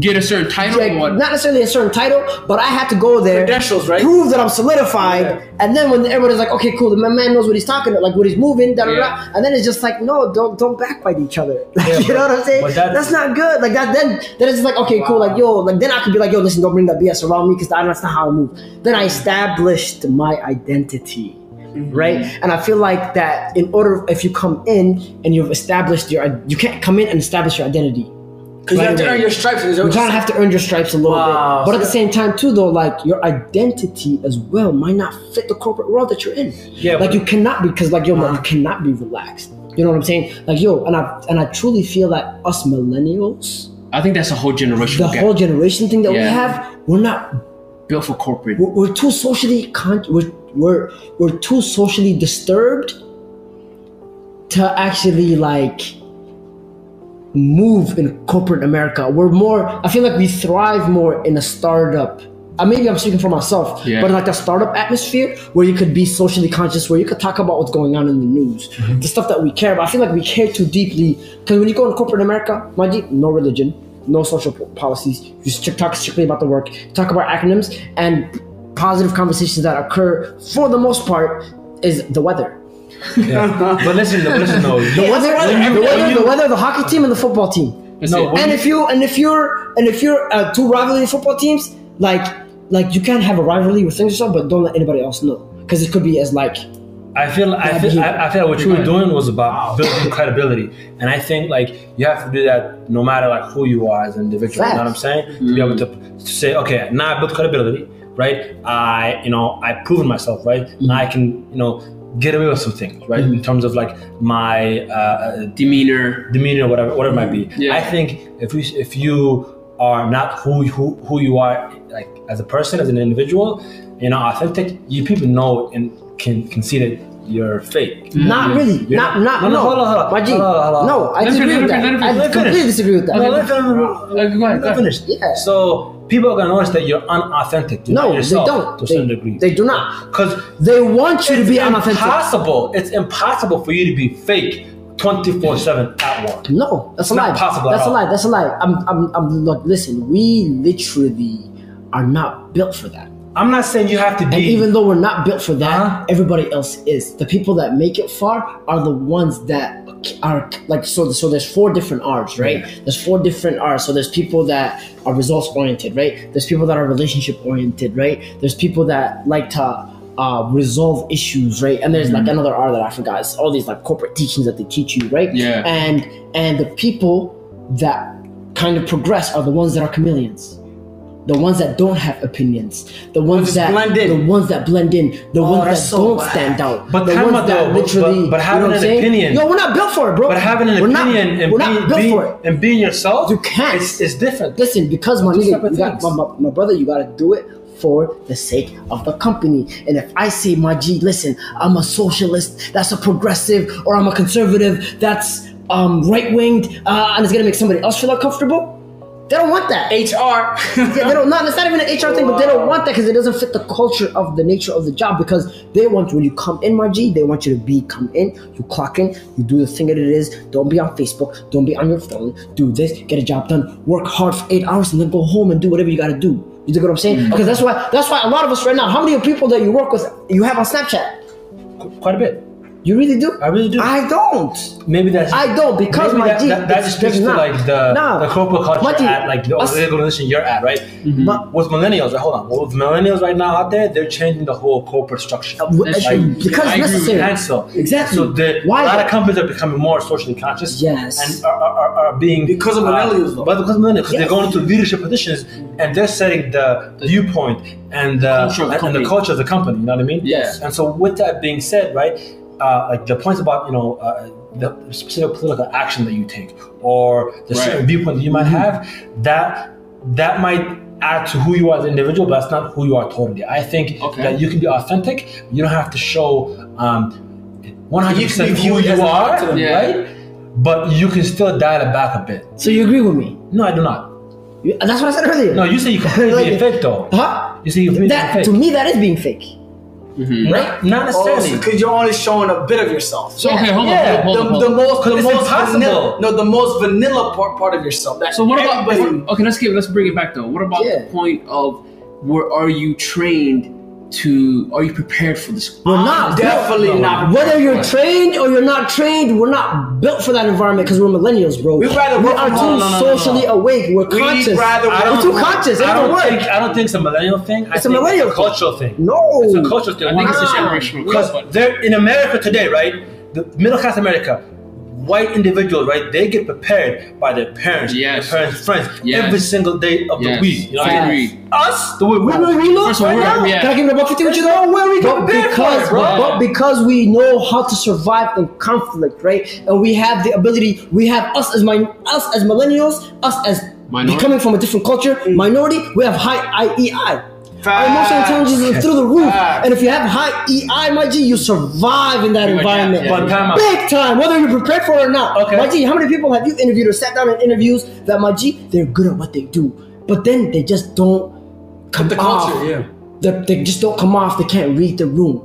[SPEAKER 2] Get a certain title.
[SPEAKER 3] like
[SPEAKER 2] or what?
[SPEAKER 3] not necessarily a certain title, but I had to go there,
[SPEAKER 4] Credentials, right?
[SPEAKER 3] prove that I'm solidified,
[SPEAKER 4] Yeah.
[SPEAKER 3] and then when everybody's like, okay, cool, the man- man knows what he's talking, about, like what he's moving, da da da,
[SPEAKER 2] Yeah.
[SPEAKER 3] and then it's just like, no, don't don't backbite each other. Like,
[SPEAKER 1] Yeah,
[SPEAKER 3] you
[SPEAKER 1] but-
[SPEAKER 3] know what I'm saying?
[SPEAKER 1] but
[SPEAKER 3] That's,
[SPEAKER 1] that-
[SPEAKER 3] not good. Like that, then then it's just like, okay, cool, like yo, like then I could be like, yo, listen, don't bring that BS around me because that's not how I move. Then I established my identity. Right, and I feel like that in order, if you come in and you've established your, you can't come in and establish your identity.
[SPEAKER 4] Because you have to earn your stripes. You're
[SPEAKER 3] You're trying to have to earn your stripes a little
[SPEAKER 4] Wow.
[SPEAKER 3] bit. But at
[SPEAKER 4] So
[SPEAKER 3] the same time, too, though, like your identity as well might not fit the corporate world that you're in.
[SPEAKER 1] Yeah,
[SPEAKER 3] Like
[SPEAKER 1] but-
[SPEAKER 3] you cannot because like yo, man, you cannot be relaxed. You know what I'm saying? Like yo, and I and I truly feel that us millennials,
[SPEAKER 2] I think that's a whole generation
[SPEAKER 3] the whole generation thing that we
[SPEAKER 2] Yeah.
[SPEAKER 3] have, we're not
[SPEAKER 2] built for corporate.
[SPEAKER 3] we're, we're too socially con- we're, we're we're too socially disturbed to actually like move in corporate America. We're more I feel like we thrive more in a startup. Uh, maybe I'm speaking for myself,
[SPEAKER 2] Yeah.
[SPEAKER 3] but like the startup atmosphere where you could be socially conscious, where you could talk about what's going on in the news, the stuff that we care about. I feel like we care too deeply because when you go in corporate America, mind you, no religion, no social po- policies. You strict talk strictly about the work, talk about acronyms, and positive conversations that occur for the most part is the weather.
[SPEAKER 1] Yeah. but listen, but listen, no.
[SPEAKER 3] The
[SPEAKER 1] You,
[SPEAKER 3] weather,
[SPEAKER 1] when
[SPEAKER 3] the
[SPEAKER 1] you- when
[SPEAKER 3] weather,
[SPEAKER 1] you-
[SPEAKER 3] the weather, the hockey team, and the football team
[SPEAKER 2] That's
[SPEAKER 1] No,
[SPEAKER 2] it.
[SPEAKER 1] when-
[SPEAKER 3] and if you and if you're and if you're uh, two rivalry football teams, like like you can have a rivalry within yourself, but don't let anybody else know because it could be as like
[SPEAKER 1] I feel, I feel, I, I feel what you were doing was about building credibility, and I think like you have to do that no matter like who you are as an individual. You know what I'm saying? To be able to, to say, okay, now I built credibility, right? I, you know, I've proven myself, right? Now I can, you know, get away with some things, right? In terms of like my uh,
[SPEAKER 2] demeanor.
[SPEAKER 1] demeanor, whatever, whatever it might be.
[SPEAKER 2] Yeah.
[SPEAKER 1] I think if you if you are not who who who you are like as a person, as an individual, you know, authentic, you people know and can can see that you're fake.
[SPEAKER 2] Mm.
[SPEAKER 3] not really,
[SPEAKER 1] You're
[SPEAKER 3] not not
[SPEAKER 1] not- no, no,
[SPEAKER 3] no.
[SPEAKER 1] hold on, hold on.
[SPEAKER 3] My G,
[SPEAKER 1] Hold on, hold on, hold
[SPEAKER 3] no,
[SPEAKER 1] on.
[SPEAKER 3] I
[SPEAKER 2] Let me
[SPEAKER 3] disagree
[SPEAKER 2] finish, let
[SPEAKER 3] with
[SPEAKER 2] me
[SPEAKER 3] that.
[SPEAKER 2] finish,
[SPEAKER 3] I
[SPEAKER 1] let me
[SPEAKER 3] completely
[SPEAKER 1] finish.
[SPEAKER 3] disagree with that.
[SPEAKER 1] No, let me-
[SPEAKER 2] Like, go ahead, go
[SPEAKER 1] let me
[SPEAKER 2] ahead.
[SPEAKER 1] finish.
[SPEAKER 3] Yeah.
[SPEAKER 1] So people are gonna notice that you're unauthentic. to
[SPEAKER 3] No, they
[SPEAKER 1] yourself
[SPEAKER 3] don't.
[SPEAKER 1] to
[SPEAKER 3] They-
[SPEAKER 1] a certain degree.
[SPEAKER 3] they do not.
[SPEAKER 1] because
[SPEAKER 3] They want you to be
[SPEAKER 1] it's
[SPEAKER 3] unauthentic.
[SPEAKER 1] impossible. It's impossible for you to be fake twenty four seven at once.
[SPEAKER 3] No, that's a
[SPEAKER 1] It's
[SPEAKER 3] lie.
[SPEAKER 1] not possible at
[SPEAKER 3] That's a
[SPEAKER 1] all.
[SPEAKER 3] lie. That's a lie. I'm I'm I'm look. Listen, we literally are not built for that.
[SPEAKER 1] I'm not saying you have to be
[SPEAKER 3] And even though we're not built for that,
[SPEAKER 1] Uh-huh.
[SPEAKER 3] everybody else is. The people that make it far are the ones that are like so. So there's four different R's, right? There's four different R's. So there's people that are results oriented, right? There's people that are relationship oriented, right? There's people that like to uh, resolve issues, right? And there's like another R that I forgot. It's all these like corporate teachings that they teach you, right?
[SPEAKER 2] Yeah.
[SPEAKER 3] And and the people that kind of progress are the ones that are chameleons. The ones that don't have opinions, the ones
[SPEAKER 4] just
[SPEAKER 3] that
[SPEAKER 4] blend in.
[SPEAKER 3] the ones that blend in, the
[SPEAKER 1] Oh,
[SPEAKER 3] ones that
[SPEAKER 4] that's so
[SPEAKER 3] don't
[SPEAKER 4] whack.
[SPEAKER 3] stand out,
[SPEAKER 1] But
[SPEAKER 3] the
[SPEAKER 1] time
[SPEAKER 3] ones
[SPEAKER 1] out
[SPEAKER 3] that
[SPEAKER 1] though, but-
[SPEAKER 3] literally.
[SPEAKER 1] but- but having
[SPEAKER 3] you know what
[SPEAKER 1] an
[SPEAKER 3] I'm saying?
[SPEAKER 1] opinion-
[SPEAKER 3] No, we're not built for it, bro.
[SPEAKER 1] But having an
[SPEAKER 3] we're
[SPEAKER 1] opinion
[SPEAKER 3] not,
[SPEAKER 1] and,
[SPEAKER 3] we're
[SPEAKER 1] being,
[SPEAKER 3] not built
[SPEAKER 1] being-
[SPEAKER 3] for it.
[SPEAKER 1] and being yourself
[SPEAKER 3] You can't.
[SPEAKER 1] It's, it's different.
[SPEAKER 3] Listen, because my
[SPEAKER 1] Two
[SPEAKER 3] nigga,
[SPEAKER 1] separate
[SPEAKER 3] you got, my,
[SPEAKER 1] things.
[SPEAKER 3] my, my brother, you gotta do it for the sake of the company. And if I say, my G, listen, I'm a socialist, that's a progressive, or I'm a conservative, that's um, right winged, uh, and it's gonna make somebody else feel uncomfortable, They don't want that.
[SPEAKER 4] HR.
[SPEAKER 3] Yeah, they don't. Not, it's not even an HR thing, but they don't want that because it doesn't fit the culture of the nature of the job. Because they want when you come in, my G, they want you to be come in, you clock in, you do the thing that it is. Don't be on Facebook. Don't be on your phone. Do this, get a job done, work hard for eight hours, and then go home and do whatever you got to do. You dig what I'm saying?
[SPEAKER 1] Mm.
[SPEAKER 3] Because that's why that's why a lot of us right now. How many people that you work with you have on Snapchat?
[SPEAKER 1] Quite a bit.
[SPEAKER 3] You really do?
[SPEAKER 1] I really do.
[SPEAKER 3] I don't.
[SPEAKER 1] Maybe that's.
[SPEAKER 3] I don't because
[SPEAKER 1] Maybe
[SPEAKER 3] my
[SPEAKER 1] that,
[SPEAKER 3] G.
[SPEAKER 1] that, that
[SPEAKER 3] it's-
[SPEAKER 1] just speaks
[SPEAKER 3] it's
[SPEAKER 1] to
[SPEAKER 3] not.
[SPEAKER 1] like the,
[SPEAKER 3] Nah.
[SPEAKER 1] the corporate culture
[SPEAKER 3] My G,
[SPEAKER 1] at like the
[SPEAKER 3] us-
[SPEAKER 1] organization you're at, right?
[SPEAKER 3] my-
[SPEAKER 1] With millennials, right? Hold on. With millennials right now out there, they're changing the whole corporate structure.
[SPEAKER 2] That's
[SPEAKER 3] Like,
[SPEAKER 2] true.
[SPEAKER 3] Uh, because
[SPEAKER 2] I agree
[SPEAKER 3] it's
[SPEAKER 2] with
[SPEAKER 3] necessary.
[SPEAKER 1] And so,
[SPEAKER 3] Exactly.
[SPEAKER 1] So the,
[SPEAKER 3] Why
[SPEAKER 1] a lot
[SPEAKER 3] though?
[SPEAKER 1] of companies are becoming more socially conscious.
[SPEAKER 3] Yes.
[SPEAKER 1] And are, are, are- are being uh,
[SPEAKER 4] Because of millennials, though.
[SPEAKER 1] But because of millennials, because
[SPEAKER 3] Yes.
[SPEAKER 1] they're going to leadership positions and they're setting the, viewpoint and the
[SPEAKER 2] Culture of the
[SPEAKER 1] and, and the
[SPEAKER 2] company.
[SPEAKER 1] culture of the company. You know what I mean?
[SPEAKER 2] Yes.
[SPEAKER 1] And so, with that being said, right, uh, like the points about you know uh, the specific political action that you take or the
[SPEAKER 2] Right.
[SPEAKER 1] certain viewpoint that you might
[SPEAKER 4] Mm-hmm.
[SPEAKER 1] have, that that might add to who you are as an individual, but that's not who you are totally. I think
[SPEAKER 2] Okay.
[SPEAKER 1] that you can be authentic. You don't have to show um, 100 percent
[SPEAKER 4] You can be
[SPEAKER 1] who
[SPEAKER 4] viewed as
[SPEAKER 1] you
[SPEAKER 4] an
[SPEAKER 1] are,
[SPEAKER 4] actor.
[SPEAKER 2] Yeah.
[SPEAKER 1] right? But you can still dial it back a bit.
[SPEAKER 3] So you agree with me?
[SPEAKER 1] No, I do not.
[SPEAKER 3] You- That's what I said earlier.
[SPEAKER 1] No, you say you completely
[SPEAKER 3] Like-
[SPEAKER 1] being fake though.
[SPEAKER 3] Huh?
[SPEAKER 1] You say you're completely being
[SPEAKER 3] That
[SPEAKER 1] fake.
[SPEAKER 3] to me, that is being fake.
[SPEAKER 1] not, not
[SPEAKER 4] Oh,
[SPEAKER 3] Oh,
[SPEAKER 1] necessarily.
[SPEAKER 4] Because you're only showing a bit of yourself.
[SPEAKER 2] So okay, hold
[SPEAKER 1] Yeah,
[SPEAKER 2] on, hold
[SPEAKER 4] the,
[SPEAKER 2] on, hold
[SPEAKER 4] the
[SPEAKER 2] on. hold on.
[SPEAKER 4] most, the
[SPEAKER 1] It's
[SPEAKER 4] most
[SPEAKER 1] impossible.
[SPEAKER 4] vanilla, no, the most vanilla part, part of yourself. That
[SPEAKER 2] So what about?
[SPEAKER 4] everybody-
[SPEAKER 2] what- okay, let's get let's bring it back though. What about
[SPEAKER 3] Yeah.
[SPEAKER 2] the point of where are you trained to? Are you prepared for this?
[SPEAKER 1] Ah,
[SPEAKER 3] We're not.
[SPEAKER 4] definitely
[SPEAKER 1] No,
[SPEAKER 4] not.
[SPEAKER 3] Whether you're trained or you're not trained, we're not built for that environment because we're millennials, bro.
[SPEAKER 4] We'd rather
[SPEAKER 3] we
[SPEAKER 4] work
[SPEAKER 3] are
[SPEAKER 4] from
[SPEAKER 3] too
[SPEAKER 4] home.
[SPEAKER 1] No, no, no, no,
[SPEAKER 3] socially
[SPEAKER 1] no.
[SPEAKER 3] awake. We're
[SPEAKER 4] We'd
[SPEAKER 3] conscious.
[SPEAKER 4] rather
[SPEAKER 1] I
[SPEAKER 3] we're
[SPEAKER 1] don't-
[SPEAKER 3] too conscious. It
[SPEAKER 1] I
[SPEAKER 3] doesn't
[SPEAKER 1] don't
[SPEAKER 3] work.
[SPEAKER 1] think I don't think it's a millennial thing. I
[SPEAKER 3] It's a
[SPEAKER 1] think
[SPEAKER 3] millennial Ah.
[SPEAKER 1] it's a cultural thing.
[SPEAKER 3] no.
[SPEAKER 1] It's a cultural thing.
[SPEAKER 2] I think it's a
[SPEAKER 3] Wow.
[SPEAKER 2] generational
[SPEAKER 1] Because
[SPEAKER 2] but
[SPEAKER 1] they're in America today, right? The middle class America, white individuals, right? They get prepared by their parents,
[SPEAKER 2] Yes.
[SPEAKER 1] their parents' friends
[SPEAKER 2] Yes.
[SPEAKER 1] every single day of the
[SPEAKER 2] Yes.
[SPEAKER 1] week. You know what
[SPEAKER 2] I
[SPEAKER 1] I mean?
[SPEAKER 2] agree.
[SPEAKER 1] Us, the way we, we, we look
[SPEAKER 2] First of all,
[SPEAKER 1] right
[SPEAKER 2] we're-
[SPEAKER 1] now,
[SPEAKER 2] yeah.
[SPEAKER 3] Can I give you a buck fifty with you though?
[SPEAKER 1] where we get
[SPEAKER 3] But
[SPEAKER 1] prepared for
[SPEAKER 3] because,
[SPEAKER 1] it, bro.
[SPEAKER 3] but, but because we know how to survive in conflict, right? And we have the ability. We have us as my us as millennials, us as
[SPEAKER 2] Minority.
[SPEAKER 3] coming from a different culture,
[SPEAKER 1] Mm.
[SPEAKER 3] minority. We have high IEI. Our emotional
[SPEAKER 4] Facts.
[SPEAKER 3] intelligence is through the roof.
[SPEAKER 4] Facts.
[SPEAKER 3] And if you have high EI, my G, you survive in that
[SPEAKER 2] Pretty much, yeah,
[SPEAKER 3] environment.
[SPEAKER 2] yeah.
[SPEAKER 1] But time out.
[SPEAKER 3] Big time, whether you're prepared for it or not.
[SPEAKER 1] Okay.
[SPEAKER 3] My G, how many people have you interviewed or sat down in interviews that my G, they're good at what they do, but then they just don't come
[SPEAKER 4] the
[SPEAKER 3] off.
[SPEAKER 4] culture, yeah.
[SPEAKER 3] They- they just don't come off. They can't read the room.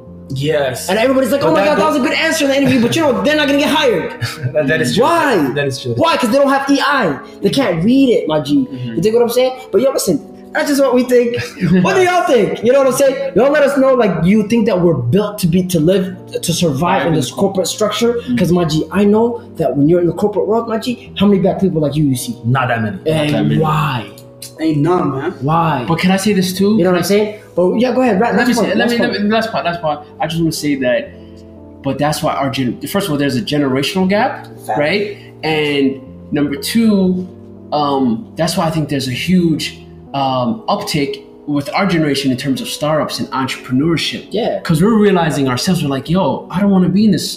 [SPEAKER 4] Yes.
[SPEAKER 3] And everybody's like,
[SPEAKER 1] But
[SPEAKER 3] oh my
[SPEAKER 1] that
[SPEAKER 3] God, that
[SPEAKER 1] goes-
[SPEAKER 3] was a good answer in the interview, but you know, they're not gonna get hired.
[SPEAKER 1] That- that is true.
[SPEAKER 3] Why?
[SPEAKER 1] That is true.
[SPEAKER 3] Why? Because they don't have EI. They can't read it, my G.
[SPEAKER 2] Mm-hmm.
[SPEAKER 3] You dig what I'm saying? But yo, listen, that's just what we think. what do y'all think? You know what I'm saying? Y'all let us know, like, you think that we're built to be, to live, to survive in this corporate structure?
[SPEAKER 2] Mm-hmm.
[SPEAKER 3] Because, my G, I know that when you're in the corporate world, my G, how many black people like you you see?
[SPEAKER 1] Not that many.
[SPEAKER 2] that
[SPEAKER 3] And
[SPEAKER 2] many.
[SPEAKER 3] why?
[SPEAKER 4] Ain't none, man.
[SPEAKER 3] Why?
[SPEAKER 2] but can I say this too?
[SPEAKER 3] you know what I'm saying? But yeah, go ahead. Right,
[SPEAKER 2] let me
[SPEAKER 3] last
[SPEAKER 2] say,
[SPEAKER 3] point,
[SPEAKER 2] let me,
[SPEAKER 3] last
[SPEAKER 2] let
[SPEAKER 3] point.
[SPEAKER 2] me last part, last part. I just want to say that, but that's why our gen. First of all, there's a generational gap, right? And number two, um, that's why I think there's a huge um, uptick with our generation in terms of startups and entrepreneurship.
[SPEAKER 3] Yeah.
[SPEAKER 2] because we're realizing ourselves, we're like, yo, I don't want to be in this.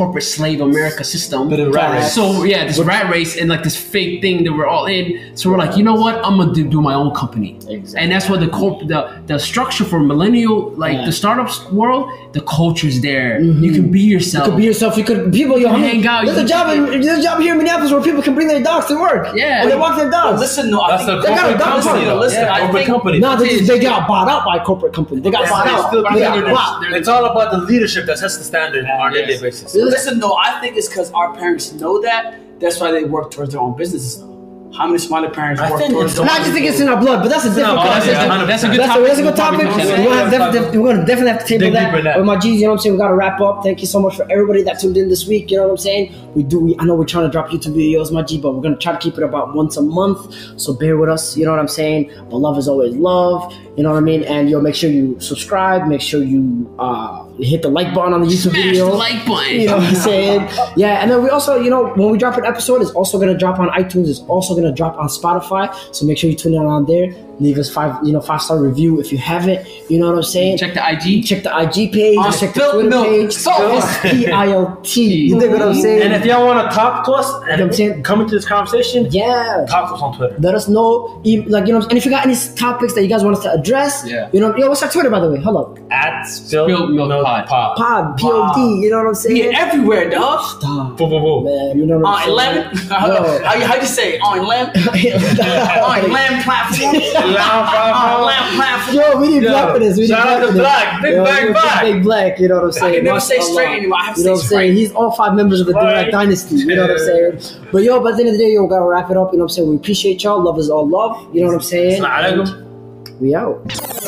[SPEAKER 2] corporate slave America system.
[SPEAKER 1] Bit of rat race.
[SPEAKER 2] So yeah, this rat race and like this fake thing that we're all in. So we're like, you know what? I'm gonna do, do my own company.
[SPEAKER 3] Exactly.
[SPEAKER 2] And that's what the corp the, the structure for millennial like
[SPEAKER 3] Yeah. Mm-hmm.
[SPEAKER 2] the startups world, the culture's there. You can be yourself.
[SPEAKER 3] You could be yourself. You could people. Yo, how many-
[SPEAKER 2] hang out,
[SPEAKER 3] There's
[SPEAKER 2] you
[SPEAKER 3] a
[SPEAKER 2] can-
[SPEAKER 3] job. In, there's a job here in Minneapolis where people can bring their dogs to work.
[SPEAKER 2] Yeah.
[SPEAKER 3] and they walk their dogs.
[SPEAKER 4] Uh, Listen, no, I
[SPEAKER 1] That's a
[SPEAKER 4] think
[SPEAKER 3] got a
[SPEAKER 1] corporate
[SPEAKER 3] dumb
[SPEAKER 1] company.
[SPEAKER 3] company,
[SPEAKER 1] though.
[SPEAKER 4] listen,
[SPEAKER 1] yeah,
[SPEAKER 4] I
[SPEAKER 1] corporate
[SPEAKER 4] think-
[SPEAKER 1] company.
[SPEAKER 3] No, they,
[SPEAKER 2] is.
[SPEAKER 3] just, they got bought out by a corporate company. They got
[SPEAKER 4] Yes,
[SPEAKER 3] bought
[SPEAKER 4] they
[SPEAKER 3] out.
[SPEAKER 4] still
[SPEAKER 3] They
[SPEAKER 4] do
[SPEAKER 3] got
[SPEAKER 4] that.
[SPEAKER 3] bought.
[SPEAKER 2] They're-
[SPEAKER 1] It's all about the leadership that sets the standard on a daily basis.
[SPEAKER 4] Listen, no, I think it's because our parents know that. That's why they work towards their own businesses. How many smarter parents
[SPEAKER 1] I
[SPEAKER 4] work
[SPEAKER 1] think
[SPEAKER 4] towards
[SPEAKER 1] it's-
[SPEAKER 4] their
[SPEAKER 3] And
[SPEAKER 4] own
[SPEAKER 3] I just think it's in our blood, but that's a different
[SPEAKER 2] Oh,
[SPEAKER 1] our blood,
[SPEAKER 2] that's,
[SPEAKER 3] conversation.
[SPEAKER 1] yeah.
[SPEAKER 2] a, that's a good
[SPEAKER 3] That's a,
[SPEAKER 2] topic.
[SPEAKER 3] that's a good topic.
[SPEAKER 2] We're
[SPEAKER 1] Yeah.
[SPEAKER 2] gonna-
[SPEAKER 3] We're gonna, def- def- we're gonna definitely have to table
[SPEAKER 1] Dig
[SPEAKER 3] that.
[SPEAKER 1] deeper in that.
[SPEAKER 3] But my G's, you know what I'm saying? We gotta wrap up. Thank you so much for everybody that tuned in this week. You know what I'm saying? We do. We, I know we're trying to drop YouTube videos, my G, but we're gonna try to keep it about once a month. So bear with us. You know what I'm saying? But love is always love. You know what I mean? And yo, make sure you subscribe. Make sure you uh, hit the like button on the YouTube
[SPEAKER 2] Smash
[SPEAKER 3] video.
[SPEAKER 2] the like button.
[SPEAKER 3] You know what I'm saying? Yeah, and then we also, you know, when we drop an episode, it's also gonna drop on iTunes. It's also gonna drop on Spotify. So make sure you tune in on there. Leave us five, you know, five star review if you haven't. You know what I'm saying?
[SPEAKER 2] Check the IG.
[SPEAKER 3] Check the IG page.
[SPEAKER 4] On
[SPEAKER 3] check the
[SPEAKER 4] Spilt
[SPEAKER 3] Twitter
[SPEAKER 4] Milk.
[SPEAKER 3] page.
[SPEAKER 4] So-
[SPEAKER 3] S P I L T. You dig what I'm saying?
[SPEAKER 1] And if y'all want to talk to us and
[SPEAKER 3] I'm saying-
[SPEAKER 1] come into this conversation,
[SPEAKER 3] yeah.
[SPEAKER 1] talk to us on Twitter.
[SPEAKER 3] Let us know, e- like you know, and if you got any s- topics that you guys want us to address,
[SPEAKER 2] Yeah.
[SPEAKER 3] you know, yo, what's our Twitter by the way? Hold up,
[SPEAKER 1] At Spill
[SPEAKER 2] Spilt Milk
[SPEAKER 1] Milk
[SPEAKER 2] Pod.
[SPEAKER 1] Pod.
[SPEAKER 3] pod, pod, you know what I'm
[SPEAKER 4] We
[SPEAKER 3] saying?
[SPEAKER 4] everywhere, dog.
[SPEAKER 3] Stop,
[SPEAKER 1] Boo, boo, boo.
[SPEAKER 3] man, you know what
[SPEAKER 4] On
[SPEAKER 3] I'm saying?
[SPEAKER 4] 11? How you, how you say it? On 11? On 11 platform?
[SPEAKER 1] Loud,
[SPEAKER 4] On
[SPEAKER 3] Oh,
[SPEAKER 1] loud, loud.
[SPEAKER 4] 11 platform?
[SPEAKER 3] Yo, we need
[SPEAKER 1] Yo,
[SPEAKER 3] black for this. We need
[SPEAKER 1] shout
[SPEAKER 3] black
[SPEAKER 1] out to
[SPEAKER 3] for this.
[SPEAKER 1] Black, Big
[SPEAKER 3] Yo,
[SPEAKER 1] Black
[SPEAKER 3] we need
[SPEAKER 1] Black.
[SPEAKER 3] Big Black, you know what I'm saying?
[SPEAKER 4] I can never say
[SPEAKER 3] Mashallah.
[SPEAKER 4] straight anymore. I have to
[SPEAKER 3] You know what
[SPEAKER 4] say
[SPEAKER 3] I'm saying?
[SPEAKER 4] straight.
[SPEAKER 3] He's all five members of the Direct
[SPEAKER 1] Right.
[SPEAKER 3] Dynasty. You know what I'm saying? But yo, but at the end of the day, yo, we gotta wrap it up. You know what I'm saying? We appreciate y'all. Love is all love. You know what I'm saying?
[SPEAKER 1] Assalamu alaikum.
[SPEAKER 3] And We out.